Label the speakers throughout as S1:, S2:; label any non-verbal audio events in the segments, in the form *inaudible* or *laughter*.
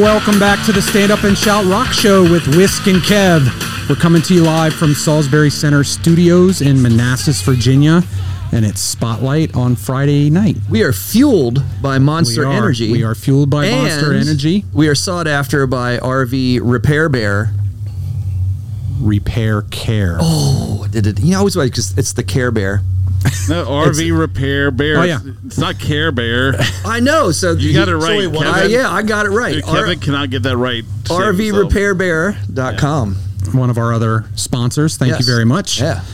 S1: Welcome back to the Stand Up and Shout Rock Show with Whisk and Kev. We're coming to you live from Salisbury Center Studios in Manassas, Virginia, and it's Spotlight on Friday night.
S2: We are fueled by Monster
S1: we are,
S2: Energy.
S1: We are fueled by
S2: and
S1: Monster Energy.
S2: We are sought after by RV Repair Bear.
S1: Repair Care.
S2: Oh, did it? You know, I always like because it's the Care Bear.
S3: No, RV repair bear.
S1: Oh, yeah.
S3: It's not
S1: *laughs*
S3: Care Bear.
S2: I know. So
S3: You got it
S2: so
S3: right,
S2: wait, what-
S3: Kevin.
S2: I- yeah, I got it right. R-
S3: Kevin cannot get that right. to save himself.
S2: RVRepairBear.com.
S1: One of our other sponsors. Thank
S2: Yes.
S1: you very much.
S2: Yeah.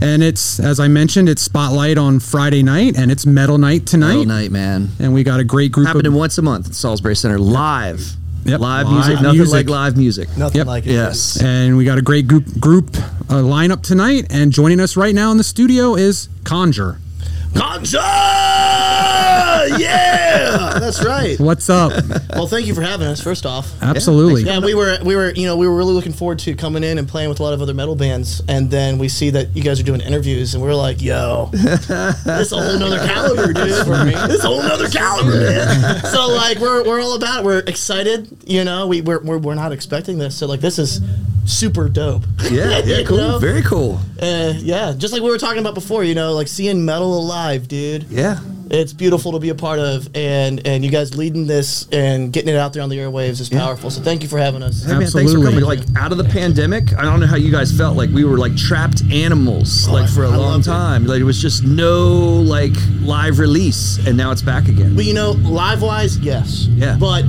S1: And it's, as I mentioned, it's Spotlight on Friday night, and it's Metal Night tonight.
S2: All night, man.
S1: And we got a great group
S2: Happening
S1: of
S2: once a month at Salisbury Center, live.
S1: Yep.
S2: Live
S1: Live
S2: music, nothing
S1: music.
S2: like live music.
S4: Nothing
S1: Yep.
S4: like it.
S2: Yes.
S1: And we got a great group group uh, lineup tonight. And joining us right now in the studio is Conjure.
S4: Concha! Yeah, Uh,
S2: *laughs*
S4: that's right.
S1: What's up?
S4: Well, thank you for having us. First off,
S1: Absolutely.
S4: yeah, we were we were you know we were really looking forward to coming in and playing with a lot of other metal bands, and then we see that you guys are doing interviews, and we're
S2: *laughs*
S4: like, yo, this a whole nother caliber, dude. This a whole nother caliber,
S2: *laughs*
S4: man. so like we're, we're all about. it. We're excited, you know. We we're, we're we're not expecting this, so like this is super dope.
S2: Yeah, yeah,
S4: *laughs* You
S2: cool.
S4: know?
S2: Very cool.
S4: Uh, yeah, just like we were talking about before, you know, like seeing metal alive, dude.
S2: Yeah.
S4: It's beautiful to be a part of, and and you guys leading this and getting it out there on the airwaves is powerful. So thank you for having us.
S2: Hey, man, thanks for
S1: Absolutely.
S2: coming. Like out of the pandemic, I don't know how you guys felt. Like we were like trapped animals, like for a long time. Like it was just no like live release, and now it's back again.
S4: But you know, live wise, yes.
S2: Yeah.
S4: But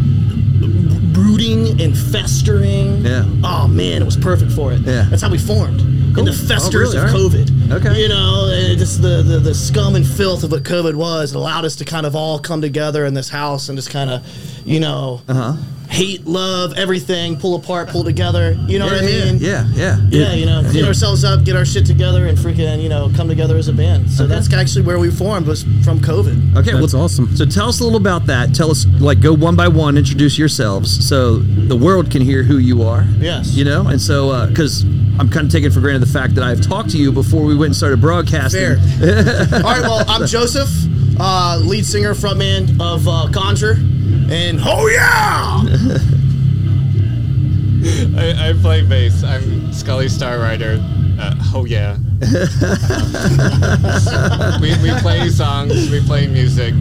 S4: brooding and festering.
S2: Yeah.
S4: Oh man, it was perfect for it.
S2: Yeah.
S4: That's how we formed.
S2: Cool.
S4: In the festers
S2: Oh, really?
S4: of
S2: All right.
S4: COVID.
S2: Okay.
S4: You know, and it just the, the the scum and filth of what COVID was it allowed us to kind of all come together in this house and just kind of, you know, uh-huh. hate, love, everything, pull apart, pull together. You know what I
S2: yeah,
S4: mean?
S2: yeah, yeah, yeah.
S4: Yeah, you know, clean ourselves up, get our shit together, and freaking, you know, come together as a band. So that's actually where we formed was from COVID.
S2: Okay,
S1: That's awesome.
S2: So tell us a little about that. Tell us, like, go one by one, introduce yourselves, so the world can hear who you are.
S4: Yes.
S2: You know, and so because I'm kind of taking for granted the fact that I've talked to you before we went and started broadcasting. *laughs*
S4: Fair. All right, well, I'm Joseph, uh, lead singer, frontman of uh, Conjure, and
S2: *laughs*
S4: oh yeah,
S5: I, I play bass. I'm Scully Star Rider. Uh, oh
S2: *laughs*
S5: yeah. we, we play songs, we play music,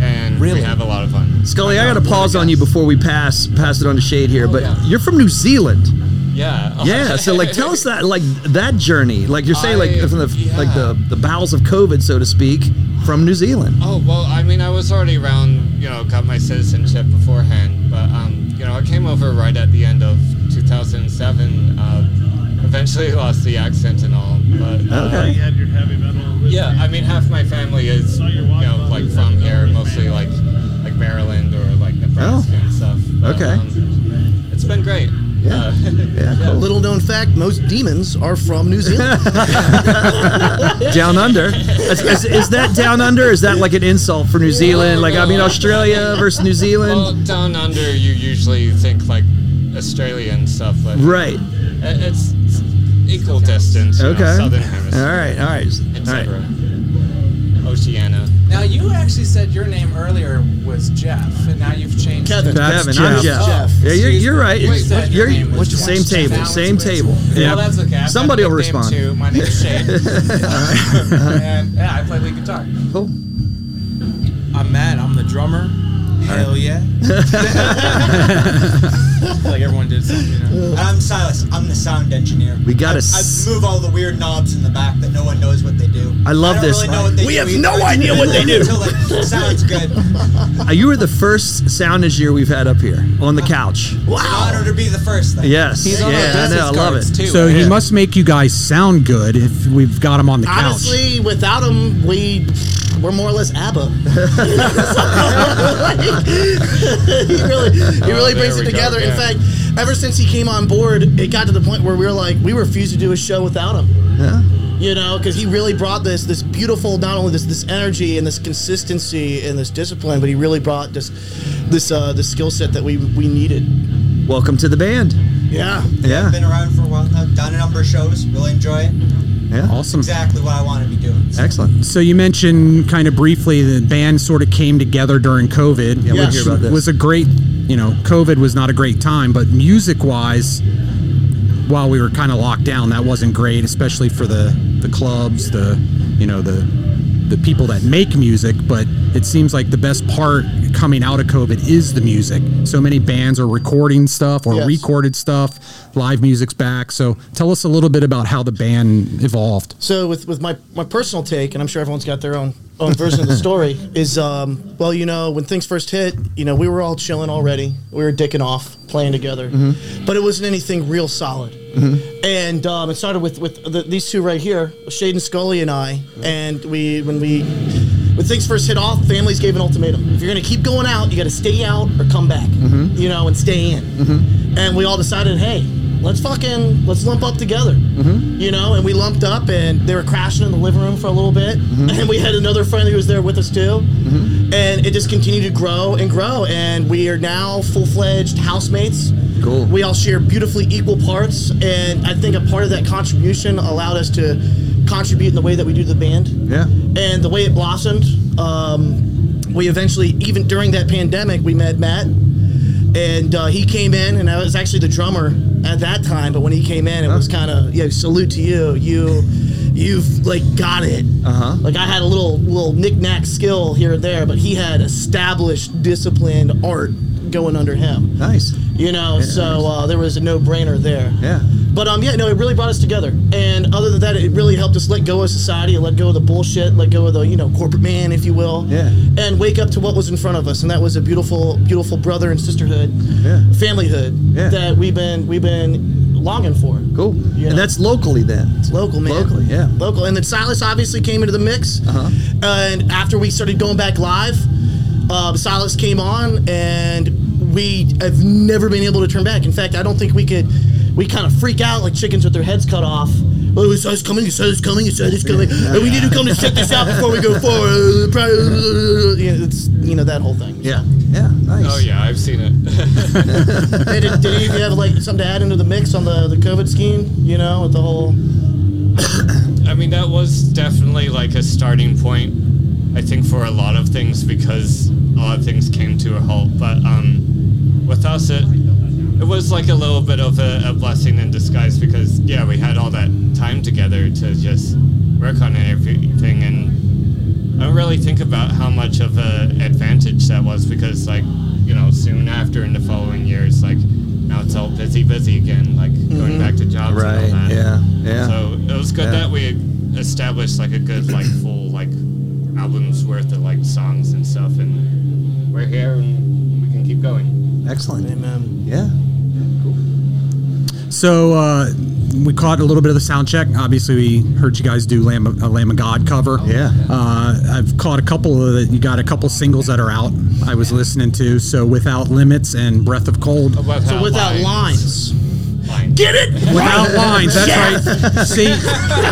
S5: and
S2: Really?
S5: we have a lot of fun.
S2: Scully, I got
S5: I'm not
S2: to pause
S5: really
S2: on you
S5: guessed.
S2: before we pass pass it on to Shade here, but
S5: yeah.
S2: you're from New Zealand.
S5: Yeah.
S2: Yeah, so like
S5: *laughs*
S2: tell us that like that journey. Like you're saying like
S5: I-
S2: from the like
S5: yeah.
S2: the the bowels of COVID, so to speak, from New Zealand.
S5: Oh well, I mean, I was already around, you know, got my citizenship beforehand, but um, you know, I came over right at the end of 2007. Uh, eventually *laughs* lost the accent and all, but uh,
S2: Okay.
S3: Yeah, your heavy metal.
S5: Yeah, I mean, half my family is, you know, like from here, mostly like like Maryland or like Nebraska and stuff. But,
S2: Okay.
S5: um, it's been great.
S2: Yeah.
S5: Uh,
S2: Yeah, cool.
S4: little known fact: most demons are from
S2: *laughs*
S4: New Zealand.
S2: Down under. Is, is- is that down under? Is that like an insult for New Zealand? Like I mean
S5: no.
S2: Australia versus New
S5: well,
S2: Zealand.
S5: down under, you usually think like Australian stuff, but
S2: Right.
S5: it- it's, it's equal distance. You
S2: Okay.
S5: Know, Southern
S2: All
S5: Hemisphere.
S2: right. All right. All right.
S5: Etc. Oceania.
S6: Now you actually said your name earlier was Jeff, and now you've changed. it.
S2: Kevin,
S4: Kevin.
S1: That's
S2: I'm
S1: Jeff.
S2: Jeff.
S6: Oh. Jeff.
S2: Yeah, you're,
S6: Excuse
S2: you're
S6: me.
S2: right.
S6: You
S2: It's-
S6: said your
S2: you're,
S6: name was Jeff.
S2: same table.
S6: Now it's
S2: Same
S6: Wiz.
S2: table.
S1: Yeah.
S6: Well, that's okay. I've got a
S2: Somebody will
S6: nickname
S2: respond.
S6: Too. My
S2: *laughs*
S6: name's Shane, and yeah, I play lead guitar.
S2: Cool.
S6: I'm Matt. I'm the drummer.
S2: *laughs*
S6: Hell yeah! like everyone did something. You know?
S7: I'm Silas. I'm the sound engineer.
S2: We got
S7: I-
S2: a s-
S7: I move all the weird knobs in the back that no one knows what they do.
S2: I love
S7: don't
S2: this.
S7: Really know what they
S4: We
S7: do
S4: have
S7: either.
S4: no idea what they
S2: *laughs*
S4: do.
S7: Until it sounds good. It's
S2: Uh, You were the first sound engineer we've had up here on the couch.
S7: an honor to be the first. Thing.
S2: Yes.
S6: He's
S2: yeah,
S6: on our
S2: I
S6: business
S2: know. I love
S6: cards,
S2: it.
S6: too.
S1: So he
S6: Yeah.
S1: must make you guys sound good if we've got him on the couch.
S4: Honestly, without them, we we're more or less ABBA. *laughs* *laughs* he really, he really
S5: Oh, there
S4: brings
S5: we
S4: it
S5: go,
S4: together. In
S5: yeah.
S4: fact, ever since he came on board, it got to the point where we were like, we refused to do a show without him. You know, because he really brought this this beautiful, not only this this energy and this consistency and this discipline, but he really brought this this uh, this skill set that we we needed.
S2: Welcome to the band.
S4: Yeah.
S2: Yeah.
S7: Been around for a while now. Done a number of shows. Really enjoy it.
S2: Yeah.
S1: awesome.
S7: Exactly what I want to be doing.
S2: Excellent.
S1: So you mentioned kind of briefly the band sort of came together during COVID,
S2: Yeah,
S4: we
S1: which
S4: hear
S2: about this.
S1: was a great you know, COVID was not a great time, but music wise, while we were kind of locked down, that wasn't great, especially for the the clubs, the you know the the people that make music. But it seems like the best part coming out of COVID is the music. So many bands are recording stuff or
S4: Yes.
S1: recorded stuff. Live music's back. So tell us a little bit about how the band evolved.
S4: So with, with my, my personal take, and I'm sure everyone's got their own own version of the story, is um, well, you know, when things first hit, you know, we were all chilling already. We were dicking off, playing together, but it wasn't anything real solid. And um, it started with with the, these two right here, Shaden Scully and I, and we when we when things first hit off, families gave an ultimatum: if you're going to keep going out, you got to stay out or come back, you know, and stay in. And we all decided, hey, let's fucking let's lump up together you know and we lumped up and they were crashing in the living room for a little bit *laughs* and we had another friend who was there with us too and it just continued to grow and grow and we are now full-fledged housemates
S2: Cool.
S4: we all share beautifully equal parts and i think a part of that contribution allowed us to contribute in the way that we do the band
S2: Yeah.
S4: and the way it blossomed, um, we eventually, even during that pandemic, we met Matt, and uh, he came in, and I was actually the drummer at that time. But when he came in, it was kind of yeah, salute to you, you, you've like got it.
S2: Uh-huh.
S4: Like I had a little little knick-knack skill here and there, but he had established, disciplined art going under him.
S2: Nice.
S4: You know, so uh, there was a no-brainer there.
S2: Yeah.
S4: But um, yeah, no, it really brought us together. And other than that, it really helped us let go of society, let go of the bullshit, let go of the you know corporate man, if you will.
S2: Yeah.
S4: And wake up to what was in front of us, and that was a beautiful, beautiful brother and sisterhood,
S2: Yeah.
S4: familyhood
S2: Yeah.
S4: that we've been we've been longing for.
S2: Cool.
S4: Yeah.
S2: And that's locally then.
S4: Local man,
S2: Local, yeah.
S4: local. And then Silas obviously came into the mix.
S2: Uh-huh.
S4: And after we started going back live, uh, Silas came on, and we have never been able to turn back. In fact, I don't think we could. We kind of freak out like chickens with their heads cut off. Oh, it says coming, it says coming, it says coming. and we need to come to check this out before we go forward. Yeah, It's you know that whole thing.
S2: Yeah. Yeah. Nice.
S5: Oh yeah, I've seen it.
S4: Hey, did, did any of you have like something to add into the mix on the the COVID scheme? You know, with the whole.
S5: I mean, that was definitely like a starting point, I think, for a lot of things because a lot of things came to a halt. But um, with us, it, it was like a little bit of a, a blessing in disguise because, yeah, we had all that time together to just work on everything. And I don't really think about how much of an advantage that was because, like, you know, soon after in the following years, like, now it's all busy, busy again, like going back to jobs
S2: Mm-hmm. Right.
S5: and all that.
S2: Yeah. Yeah.
S5: So it was good
S2: Yeah.
S5: that we established like a good like full like albums worth of like songs and stuff, and we're here and we can keep going.
S2: Excellent.
S4: Amen.
S2: Yeah.
S1: So uh, we caught a little bit of the sound check. Obviously, we heard you guys do Lamb of, a Lamb of God cover.
S2: Yeah.
S1: Uh, I've caught a couple of the, you got a couple singles that are out. I was listening to so Without Limits and Breath of Cold.
S5: Without
S4: So without lines.
S5: lines.
S4: Get it?
S1: Without lines. That's
S4: *laughs*
S1: right. See,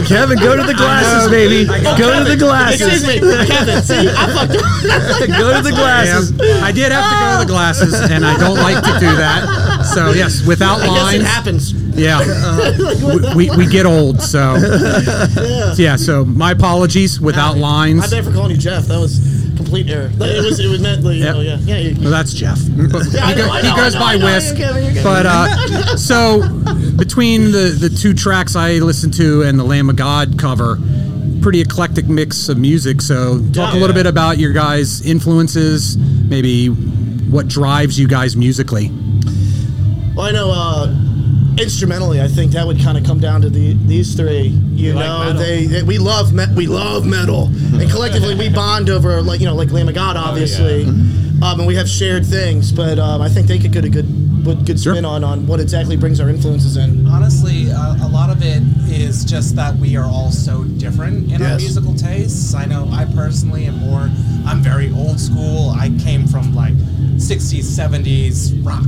S2: Kevin, go to the glasses, baby. Go to the
S4: Excuse
S2: glasses.
S4: me, Kevin. *laughs* See, I fucked up.
S2: Go to the glasses.
S1: I did have to go to the glasses, and I don't like to do that. So yes, without
S4: I guess it
S1: lines.
S4: happens.
S1: Yeah. we, we, we get old,
S4: *laughs*
S1: so yeah. So my apologies. Without
S4: I
S1: lines.
S4: beg for calling you Jeff. That was complete error. Like, it was. It was meant. Like, you
S1: Yep.
S4: know, yeah. Yeah. You,
S1: Well, that's Jeff. But
S4: Yeah,
S1: he,
S4: *laughs* I know,
S1: go-
S4: I
S1: he
S4: know,
S1: goes
S4: I know,
S1: by
S4: I know, you're
S1: Whisk.
S4: Kevin, you're Kevin.
S1: But
S4: *laughs*
S1: uh, so between the the two tracks I listened to and the Lamb of God cover, pretty eclectic mix of music. So talk a little bit about your guys' influences, maybe what drives you guys musically.
S4: well, I know. Uh, instrumentally, I think that would kind of come down to the these three. You
S5: like
S4: know,
S5: metal.
S4: they, they we love me- we love metal, and collectively we bond over like you know like Lamb of God, obviously, um, and we have shared things. But um, I think they could get a good good- good
S1: Sure.
S4: spin on on what exactly brings our influences in.
S6: Honestly, uh, a lot of it is just that we are all so different in our
S4: Yes.
S6: musical tastes. I know I personally am more, I'm very old school. I came from like 60s, 70s rock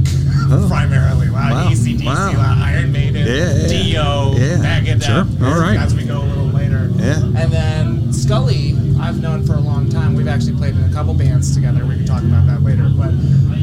S6: *laughs* primarily. Wow.
S2: Oh. Wow.
S6: ACDC,
S2: Wow.
S6: wow. Iron Maiden,
S2: Yeah, yeah, yeah.
S6: Dio,
S2: Yeah.
S6: Megadeth,
S1: Sure. All right.
S6: as we go a little later.
S2: Yeah.
S6: And then Scully, I've known for a long time. We've actually played in a couple bands together. We can talk about that later. But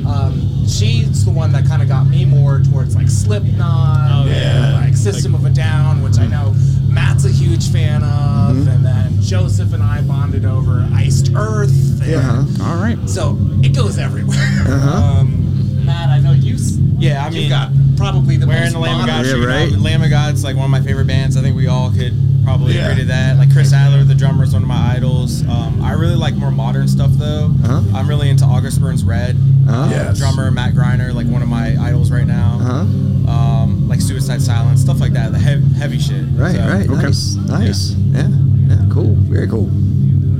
S6: um, she's the one that kind of got me more towards like
S8: Oh,
S6: Slipknot, and, like System of a Down, which I know Matt's a huge fan of. And then Joseph and I bonded
S2: Uh-huh.
S6: over Iced Earth. and-
S1: All right.
S6: so it goes everywhere. *laughs* Um, that. I know you. s-
S8: Yeah, I
S6: you
S8: mean,
S6: got probably the
S8: We're in
S6: most
S8: the Lamb of
S6: modern-
S8: God.
S2: Yeah,
S8: you know,
S2: right?
S8: um, Lamb of God's like one of my favorite bands. I think we all could probably
S4: Yeah.
S8: agree to that. Like Chris Adler, the drummer, is one of my idols. Um, I really like more modern stuff though.
S2: Uh-huh.
S8: I'm really into August Burns Red.
S2: Uh-huh.
S8: Um,
S4: Yes.
S8: Drummer Matt Griner, like one of my idols right now.
S2: Uh-huh.
S8: Um, like Suicide Silence, stuff like that. The heavy, heavy shit.
S2: Right,
S8: So-
S2: right.
S3: okay.
S2: Nice, nice. Yeah. yeah, cool. Very cool.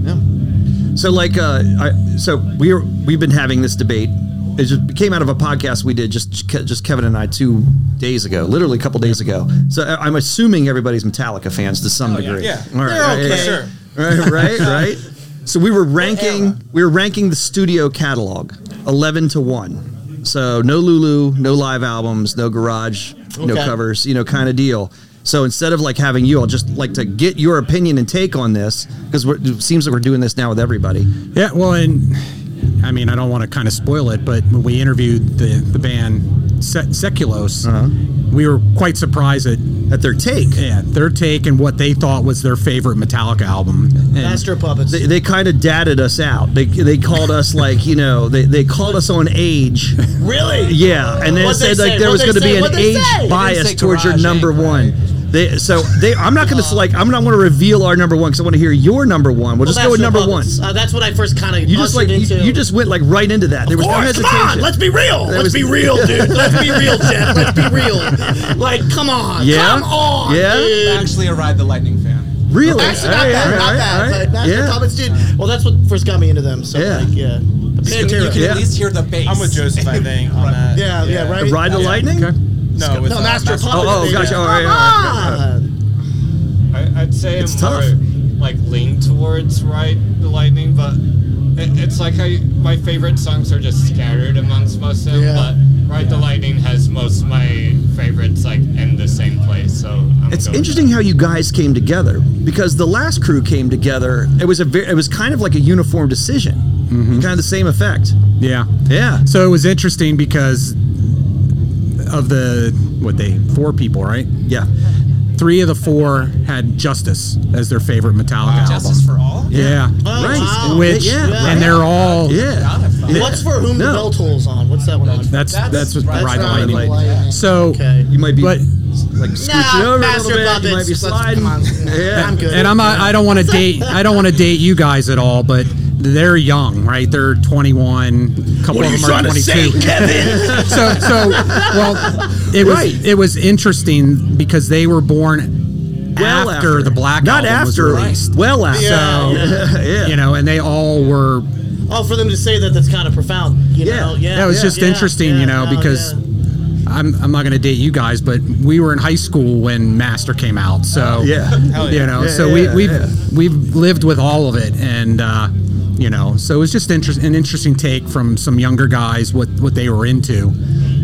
S2: Yeah. So like, uh, I, so we are we've been having this debate. It just came out of a podcast we did just just Kevin and I two days ago, literally a couple days ago. So I- I'm assuming everybody's Metallica fans to some degree.
S8: Oh, Yeah.
S2: All right,
S8: They're
S2: right,
S8: okay.
S2: right,
S8: Sure.
S2: Right, right,
S8: *laughs*
S2: right. So we were ranking we were ranking the studio catalog, eleven to one. So no Lulu, no live albums, no garage, no
S4: Okay.
S2: covers, you know, kind of deal. So instead of like having you, I'll just like to get your opinion and take on this because it seems like we're doing this now with everybody.
S1: Yeah, well, and I mean, I don't want to kind of spoil it, but when we interviewed the, the band Se- Seculos, we were quite surprised at,
S2: Uh-huh. At their take,
S1: yeah, their take and what they thought was their favorite Metallica album. And-
S4: Master of Puppets.
S2: they, they kind of dated us out. They, they called us like you know they, they called us on
S4: *laughs*
S2: age.
S4: really?
S2: Yeah, and they
S4: What'd they
S2: said like
S4: say?
S2: there was going to
S4: What'd
S2: be
S4: they say?
S2: an
S4: What'd they say? They
S2: age
S4: didn't
S2: bias
S8: say
S2: towards your
S8: garage
S2: number
S8: anymore,
S2: one. They, so they, I'm not going to like I'm not going to reveal our number one because I want to hear your number one. We'll just go
S4: Master
S2: with
S4: of
S2: number one.
S4: Puppets. Uh, that's what I first kind of
S2: You just like you,
S4: into.
S2: you just went like right into that. There was no
S4: course,
S2: hesitation.
S4: come on, let's be real. Let's
S2: was-
S4: be real,
S2: *laughs*
S4: dude. Let's be real, Jeff. Let's be real. Like, come on.
S2: Yeah?
S4: Come on.
S2: Yeah?
S4: Dude.
S8: Actually, a Ride the Lightning fan.
S2: really?
S4: Actually, not
S2: Alright,
S4: that,
S2: alright,
S4: not that,
S2: alright,
S4: but Master
S2: yeah.
S4: Puppets, dude. Well, that's what first got me into them. So,
S2: Yeah.
S4: like, yeah.
S7: You can
S4: Pantera.
S2: Yeah.
S7: at least hear the bass.
S8: I'm with Joseph, I think, on that.
S4: Yeah, yeah, right?
S2: Ride the
S4: Yeah.
S2: lightning.
S8: No, with,
S4: No, Master Ah.
S8: uh,
S4: of Puppets.
S8: Master-
S2: Oh, oh,
S4: baby.
S2: gotcha.
S4: Come
S2: Alright, alright,
S4: on.
S5: I, I'd say
S2: It's
S5: I'm
S2: tough.
S5: more like lean towards right the lightning, but it, it's like I my favorite songs are just scattered amongst most of them.
S4: Yeah.
S5: But right the lightning has most of my favorites like in the same place. So I'm
S2: It's
S5: going with *laughs*
S2: interesting
S5: that.
S2: how you guys came together because the last crew came together. It was a very, it was kind of like a uniform decision, kind of the same effect.
S1: yeah.
S2: Yeah.
S1: So it was interesting because of the what they four people, right?
S2: Yeah.
S1: Three of the four had Justice as their favorite Metallica
S8: Justice
S1: album.
S8: for All?
S1: Yeah.
S4: Oh,
S2: Right.
S4: wow.
S1: Which
S2: Yeah.
S1: and they're all
S2: Yeah.
S4: What's for whom
S2: No.
S4: the bell tolls on? What's that one on?
S1: That's that's,
S8: That's-
S1: what
S8: that's
S1: Ride the
S4: Ride
S1: Lightning.
S4: the Lightning.
S1: So
S4: Okay.
S2: You might be
S1: but
S2: like scooching
S4: Nah,
S2: over
S4: Master
S2: a little bit.
S4: Puppets.
S2: You might be
S4: Let's-
S2: sliding.
S4: come on.
S2: Yeah.
S4: I'm good.
S1: and I'm not, I don't want to date I don't want to date you guys at all, but they're young, right? They're 21. A couple of them are 22. so so well, it was
S2: Right.
S1: it was interesting because they were born
S2: *laughs* Well
S1: after,
S2: after.
S1: the Black
S2: Not
S1: Album was
S2: after.
S1: released.
S2: Well after.
S1: So
S2: Yeah. *laughs* Yeah.
S1: you know, and they all were.
S4: Oh, for them to say that, that's kind of profound. You
S2: Yeah.
S4: know? yeah.
S1: That was
S4: yeah,
S1: just
S4: yeah,
S1: interesting,
S4: yeah,
S1: you know,
S4: no,
S1: because.
S4: yeah.
S1: I'm, I'm not going to date you guys, but we were in high school when Master came out. So,
S2: Yeah.
S8: Hell yeah.
S1: you know,
S2: Yeah,
S1: so
S2: yeah,
S1: we,
S2: yeah,
S1: we've,
S2: yeah.
S1: we've lived with all of it. And, uh, you know, so it was just interest, an interesting take from some younger guys, what, what they were into.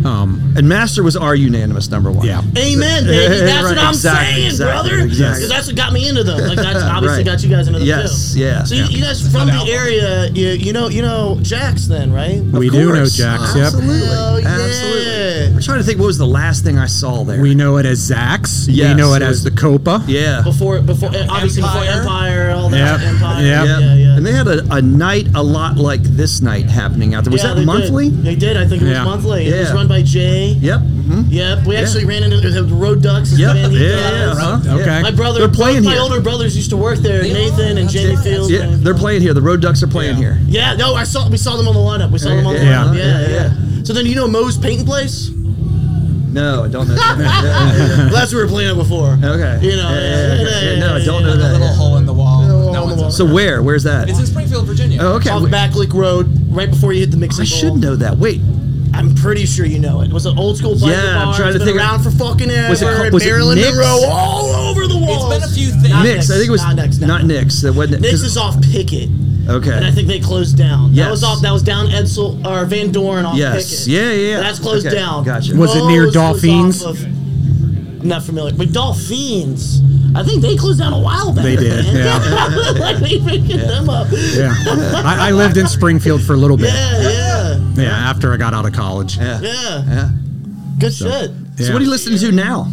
S1: Um,
S2: And Master was our unanimous number one.
S1: yeah.
S4: Amen, baby.
S2: *laughs* Yeah,
S4: That's
S2: right,
S4: what I'm
S2: exactly,
S4: saying,
S2: exactly,
S4: brother.
S2: exactly.
S4: 'Cause that's what got me into them. Like that's obviously
S2: *laughs* Right.
S4: got you guys into them
S2: Yes,
S4: too.
S2: yeah.
S4: So
S2: Yeah.
S4: you, you guys from the area, you, you know, you know, Jax then, right?
S1: we do know
S2: course.
S1: Jax. Yep.
S2: Absolutely.
S4: Oh, yeah.
S2: Absolutely. I'm trying to think what was the last thing I saw there.
S1: We know it as Zax.
S2: Yes,
S1: we know it
S2: it
S1: as
S2: was-
S1: the Copa.
S2: yeah.
S4: Before, before, eh, obviously before
S7: Empire.
S4: Empire, all that
S1: Yep,
S4: Empire.
S1: yep.
S2: Yeah.
S4: Yeah, yeah.
S2: And they had a, a night a lot like this night happening out there. Was
S4: Yeah,
S2: that
S4: they
S2: monthly?
S4: Did. They did. I think it was
S1: Yeah.
S4: monthly. It was
S2: Yeah.
S4: run by Jay.
S2: Yep. Mm-hmm.
S4: Yep. We actually ran into the Road Ducks. Is
S2: Yep.
S4: the band he
S2: yeah.
S4: does.
S2: uh-huh.
S1: Okay.
S2: Yeah.
S4: My brother,
S2: They're playing
S4: both my
S2: here.
S4: older brothers used to work there. Nathan and Jamie Fields.
S2: Yeah, they're playing here. The Road Ducks are playing here.
S4: Yeah, no, I saw we saw them on the lineup. We saw them on the
S1: Yeah.
S4: lineup.
S2: Yeah,
S4: Yeah, yeah. So then you know Moe's
S2: *laughs*
S4: painting place?
S2: No, I
S4: *laughs*
S2: don't know. that.
S4: Well, That's where we were playing it before.
S2: Okay.
S4: You know,
S2: Yeah, yeah, yeah,
S4: yeah,
S2: yeah,
S4: yeah,
S2: No, I don't
S4: yeah,
S2: know
S4: yeah.
S2: that.
S7: little
S2: yeah.
S7: hole in the wall.
S4: Little
S7: no
S4: hole in the
S7: one's
S4: wall.
S2: So where? Where's that?
S8: It's in Springfield, Virginia.
S2: Oh, okay.
S4: Off
S2: wait.
S4: Back Lake Road, right before you hit the mixing
S2: I
S4: bowl.
S2: should know that. Wait,
S4: I'm pretty sure you know it. It was an old school biker
S2: Yeah, I'm
S4: bar.
S2: trying
S4: It's
S2: to
S4: been
S2: think of-
S4: around for fucking ever.
S2: was it called- was it
S4: Marilyn
S2: Nick's?
S4: Monroe all over the walls.
S7: It's been a few things.
S4: Not
S2: Nick's. I think it was
S4: not Nick's. No.
S2: not Nick's. That wasn't.
S4: Nick's is off Pickett,
S2: okay.
S4: and I think they closed down.
S2: Yes.
S4: That was off. That was down Edsel or Van Dorn off
S2: Yes.
S4: Pickett.
S2: Yeah, yeah, yeah.
S4: That's closed
S2: Okay,
S4: down.
S2: gotcha.
S1: Was it near
S4: Moe's was
S1: Dolphins?
S4: off of- I'm not familiar, but Dolphins. I think they closed down a while back.
S1: They did,
S4: man.
S1: yeah.
S4: like *laughs* they picked them up. Yeah,
S1: Yeah. I, I lived in Springfield for a little bit. Yeah.
S4: yeah,
S1: after I got out of college.
S2: Yeah.
S4: yeah.
S2: Yeah.
S4: Good shit.
S2: So what are you listening to now?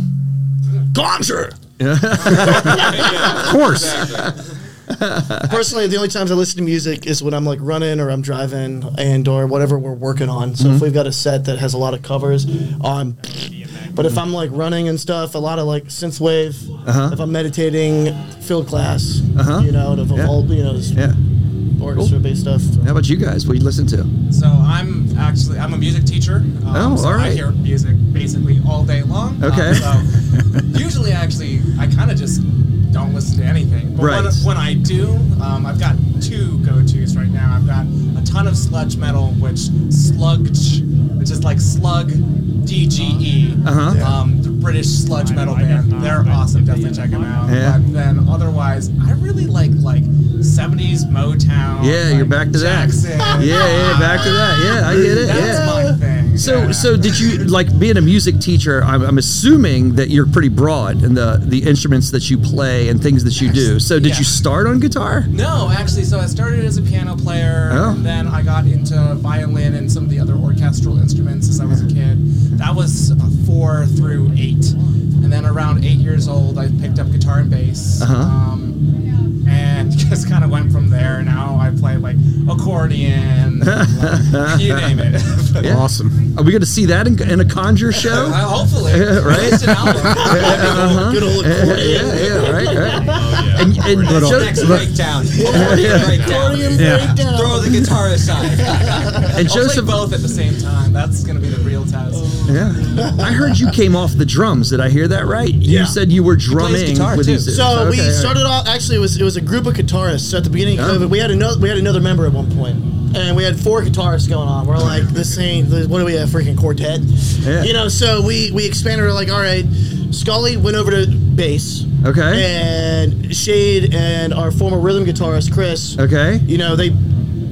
S2: *laughs*
S4: Contra.
S1: Of course.
S4: Personally, the only times I listen to music is when I'm like running or I'm driving and or whatever we're working on. So if
S2: Mm-hmm.
S4: we've got a set that has a lot of covers, I'm. But if I'm like running and stuff, a lot of like synthwave. If I'm meditating, field class.
S2: Uh-huh.
S4: You know, of
S2: Yeah.
S4: all you know, s-
S2: Yeah.
S4: orchestra-based stuff.
S2: How about you guys? What do you listen to?
S6: So I'm actually I'm a music teacher. Um,
S2: Oh,
S6: so
S2: all
S6: I
S2: right.
S6: hear music basically all day long. Um,
S2: Okay. *laughs*
S6: so usually, actually, I kind of just don't listen to anything. But
S2: Right.
S6: when, when I do, um, I've got two go-tos right now. I've got a ton of sludge metal, which sludge, which is like slug. DGE,
S2: Uh-huh. Yeah.
S6: um, the British sludge metal band. They're awesome. Definitely check them out.
S2: Yeah.
S6: But then otherwise, I really like like 70s Motown.
S2: Yeah, you're
S6: like
S2: back to that.
S6: Jackson.
S2: Yeah, yeah, back to that. Yeah, I get it.
S6: That's
S2: yeah.
S6: my thing.
S2: So,
S6: yeah.
S2: so did you like being a music teacher? I'm, I'm assuming that you're pretty broad in the the instruments that you play and things that you do. So, did
S6: Yeah.
S2: you start on guitar?
S6: No, actually, so I started as a piano player,
S2: Oh.
S6: and then I got into violin and some of the other orchestral instruments as I was a kid. That was uh, four through eight, and then around eight years old, I picked up guitar and bass.
S2: Uh-huh.
S6: Um, and *laughs* just kind of went from there. Now I play like
S2: *laughs*
S6: accordion, like, you name it. But,
S2: Yeah.
S1: Awesome.
S2: Are we going to see that in, in a Conjure
S6: *laughs*
S2: show?
S6: uh,
S7: *laughs*
S6: hopefully,
S2: Right?
S6: It's an album.
S2: Uh-huh.
S4: Good old
S2: Yeah,
S4: accordion.
S2: yeah, yeah, right, right.
S3: Oh,
S2: And, and
S1: Little-
S2: Joe,
S7: Next
S1: Look.
S7: *laughs* breakdown.
S4: Accordion
S7: breakdown.
S1: Yeah.
S4: breakdown.
S7: Throw the guitar aside.
S2: and
S6: I'll play
S2: Joseph,
S6: both at the same time. That's gonna be the real test.
S2: yeah. I heard you came off the drums. Did I hear that right? You
S4: Yeah.
S2: said you were drumming
S7: guitar,
S2: with
S7: too.
S2: these.
S4: So
S2: okay,
S4: we
S2: all right.
S4: started off. Actually, it was it was a group of guitarists. So at the beginning of
S2: Yeah.
S4: COVID, we had another we had another member at one point, and we had four guitarists going on. We're like, this ain't this, what do we have freaking quartet?
S2: Yeah.
S4: You know. So we we expanded. We're like, all right. Scully went over to bass.
S2: Okay.
S4: And Shade and our former rhythm guitarist Chris.
S2: Okay.
S4: You know they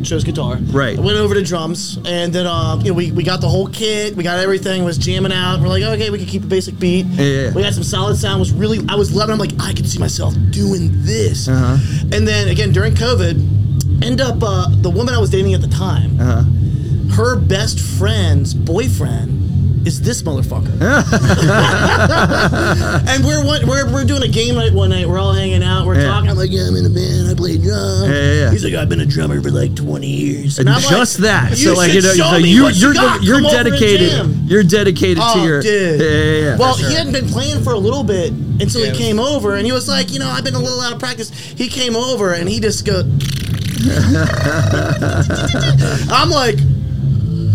S4: chose guitar.
S2: Right.
S4: Went over to drums, and then um, you know we, we got the whole kit, we got everything, was jamming out. We're like, okay, we can keep a basic beat.
S2: Yeah, yeah.
S4: We had some solid sound. Was really I was loving. it. I'm like, I could see myself doing this.
S2: Uh-huh.
S4: And then again during COVID, end up uh, the woman I was dating at the time,
S2: Uh-huh.
S4: her best friend's boyfriend is this
S2: *laughs*
S4: motherfucker. and we're, one, we're we're doing a game night one night. We're all hanging out. We're
S2: Yeah.
S4: talking. I'm like, yeah, I'm in a band. I play drums.
S2: Yeah, yeah, yeah.
S4: He's like, I've been a drummer for like 20 years.
S2: And
S4: I'm like,
S2: just that.
S4: You
S2: so like you
S4: should
S2: know,
S4: show
S2: so
S4: me
S2: you,
S4: what you
S2: you're
S4: got.
S2: you're
S4: Come over and
S2: dedicated.
S4: jam.
S2: You're dedicated to
S4: Oh,
S2: your.
S4: dude.
S2: Yeah, yeah, yeah.
S4: Well, he hadn't been playing for a little bit until
S6: Yeah, it
S4: he
S6: was-
S4: came over, and he was like, you know, I've been a little out of practice. He came over, and he
S2: *laughs*
S4: just go. I'm like,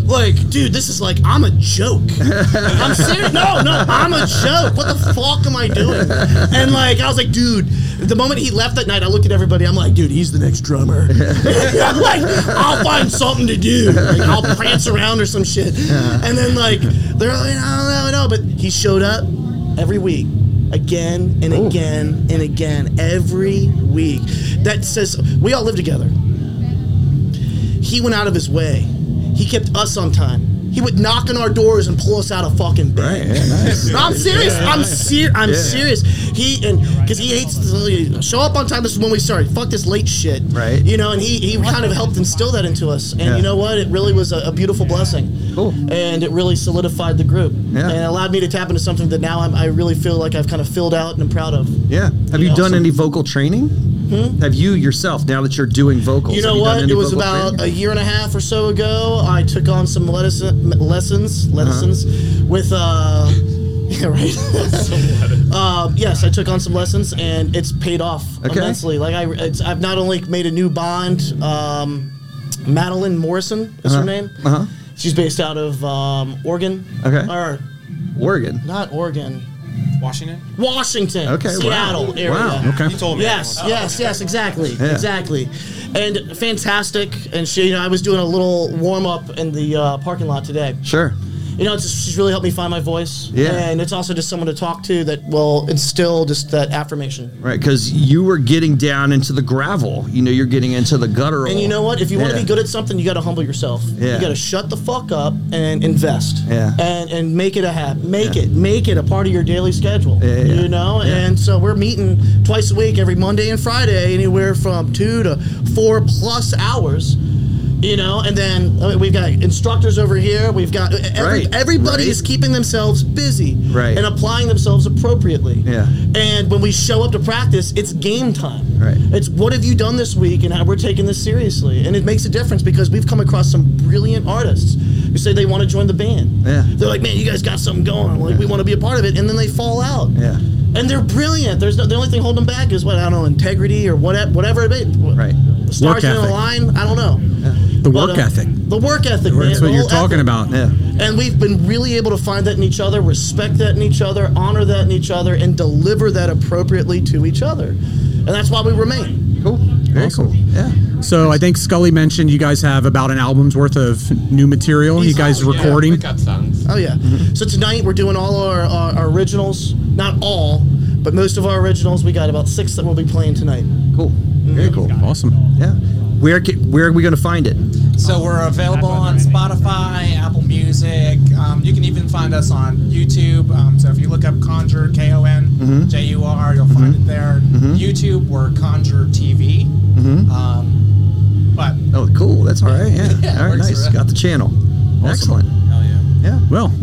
S4: like, dude, this is like, I'm a joke. I'm serious. No, no, I'm a joke. What the fuck am I doing? And like, I was like, dude. The moment he left that night, I looked at everybody. I'm like, dude, he's the next drummer. *laughs* I'm like, I'll find something to do. Like, I'll prance around or some shit. And then like, they're like, I don't know, I don't know. But he showed up every week. Again and again and again, every week. That says we all live together he went out of his way. He kept us on time. He would knock on our doors and pull us out of fucking
S2: Right,
S4: bed.
S2: yeah, nice.
S4: No, I'm serious. I'm ser- I'm serious. He and because he hates this, show up on time. This is when we started. Fuck this late shit.
S2: Right.
S4: You know, and he he kind of helped instill that into us. And
S2: Yeah.
S4: you know what? It really was a, a beautiful blessing.
S2: Cool.
S4: And it really solidified the group.
S2: Yeah.
S4: And allowed me to tap into something that now I'm, I really feel like I've kind of filled out and I'm proud of.
S2: Yeah. Have you
S4: know,
S2: done
S4: so-
S2: any vocal training? Have you yourself now that you're doing vocals?
S4: You
S2: have
S4: know
S2: done
S4: what?
S2: any
S4: It was
S2: vocal
S4: about
S2: training?
S4: a year and a half or so ago. I took on some lessons, lessons,
S2: Uh-huh.
S4: lessons with. Uh, *laughs* yeah, right. *laughs* um, yes, I took on some lessons, and it's paid off
S2: Okay.
S4: immensely. Like I, it's, I've not only made a new bond. Um, Madeline Morrison is her name.
S2: Uh-huh.
S4: She's based out of um, Oregon.
S2: Okay.
S4: Or
S2: Oregon.
S4: not Oregon,
S8: Washington.
S4: Washington,
S2: Okay, wow.
S4: Seattle area.
S2: Wow,
S1: Okay.
S8: You told me.
S4: Yes, yes, yes, exactly,
S2: Yeah.
S4: exactly, and fantastic. And she, you know, I was doing a little warm up in the uh, parking lot today.
S2: Sure.
S4: You know, it's just, she's really helped me find my voice.
S2: Yeah.
S4: and it's also just someone to talk to that will instill just that affirmation.
S2: Right, because you were getting down into the gravel. You know, you're getting into the guttural.
S4: And you know what? If you want to
S2: Yeah.
S4: be good at something, you got to humble yourself.
S2: Yeah.
S4: You got to shut the fuck up and invest.
S2: Yeah.
S4: And and make it a habit. Make it make it a part of your daily schedule.
S2: Yeah, yeah, yeah.
S4: You know.
S2: Yeah.
S4: And so we're meeting twice a week, every Monday and Friday, anywhere from two to four plus hours. You know, and then I mean, we've got instructors over here. We've got e-, every,
S2: Right,
S4: everybody
S2: right.
S4: is keeping themselves busy
S2: Right.
S4: and applying themselves appropriately.
S2: Yeah.
S4: And when we show up to practice, it's game time.
S2: Right.
S4: It's what have you done this week and how we're taking this seriously. And it makes a difference because we've come across some brilliant artists who say they want to join the band.
S2: Yeah.
S4: They're like, man, you guys got something going. Like, we want to be a part of it. And then they fall out.
S2: Yeah.
S4: And they're brilliant. There's no, the only thing holding them back is what I don't know, integrity or what, whatever it may.
S2: Right.
S1: Work
S4: Stars in a
S1: ethic.
S4: line. I don't know.
S1: The work
S4: But, uh,
S1: ethic.
S4: The work ethic. man,
S1: That's
S4: the
S1: what you're
S4: whole
S1: talking
S4: ethic.
S1: about.
S2: Yeah.
S4: And we've been really able to find that in each other, respect that in each other, honor that in each other, and deliver that appropriately to each other. And that's why we remain.
S2: Cool. Very
S1: Awesome.
S2: cool. Yeah.
S1: So I think Scully mentioned you guys have about an album's worth of new material. You guys
S5: Yeah,
S1: recording.
S5: we got songs.
S4: Oh, yeah.
S2: Mm-hmm.
S4: So tonight we're doing all our, our, our originals. Not all, but most of our originals. We got about six that we'll be playing tonight.
S2: Cool. Very cool.
S1: Awesome.
S2: Yeah. Where ca- where are we gonna find it?
S6: So we're available on Spotify, Apple Music. Um, you can even find us on YouTube. Um, so if you look up Conjure, K O N J U R, you'll find it there. YouTube, we're Conjure TV. Um, but
S2: Oh, cool. That's all right. Yeah.
S6: Yeah,
S2: all right.
S6: works
S2: Nice.
S6: around.
S2: Got the channel. Excellent.
S8: Hell yeah.
S2: Yeah.
S1: Well,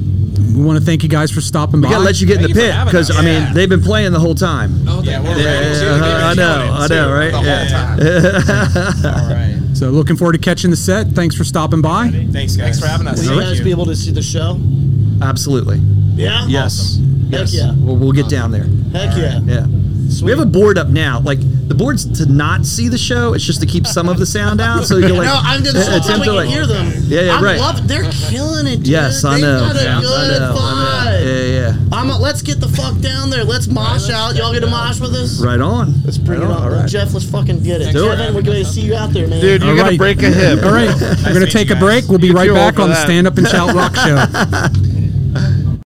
S1: we want to thank you guys for stopping by.
S2: We gotta let you get in the
S8: Thank you for
S2: pit
S8: having
S2: because
S8: us.
S2: I
S8: Yeah.
S2: mean they've been playing the whole time.
S8: Oh, yeah, we're
S2: Yeah,
S8: ready.
S2: yeah, yeah, I know, I know, right?
S6: The
S2: Yeah.
S6: whole time.
S8: All right.
S1: So looking forward to catching the set. Thanks for stopping by.
S8: Thanks, guys.
S6: Thanks for having us.
S4: Will you
S6: Thank
S4: guys
S6: you.
S4: be able to see the show?
S2: Absolutely.
S4: Yeah?
S2: Yes. Yes.
S4: yeah.
S2: We'll, we'll get down there.
S4: Heck yeah.
S2: Yeah. We have a board up now. Like the board's to not see the show. It's just to keep some of the sound out. So you
S4: *laughs*
S2: can like.
S4: no,
S2: *laughs*
S4: I'm just
S2: it's
S4: hoping we can
S2: like-
S4: hear them.
S2: Yeah, yeah,
S4: I'm
S2: right.
S4: loving- they're killing it, dude.
S2: Yes, I
S4: they
S2: know.
S4: Got a
S2: Yeah, I
S4: good
S2: know, I know.
S4: vibe.
S2: Yeah, yeah.
S4: I'm a, let's get the fuck down there. Let's mosh out. Y'all get to mosh with us?
S2: Right on.
S4: Let's bring
S2: right
S4: it on.
S2: All right.
S4: Jeff, let's fucking get it.
S2: Do it.
S4: Kevin, we're going to see you out there, man.
S3: Dude, you're
S1: All
S3: gonna
S1: right.
S3: break a hip.
S1: All right, we're gonna
S8: meeting
S1: take
S8: you
S1: a
S8: guys.
S1: break. We'll be
S3: You're
S1: right
S3: too old
S1: back
S3: for
S1: on the
S3: that.
S1: Stand Up and Shout Rock Show.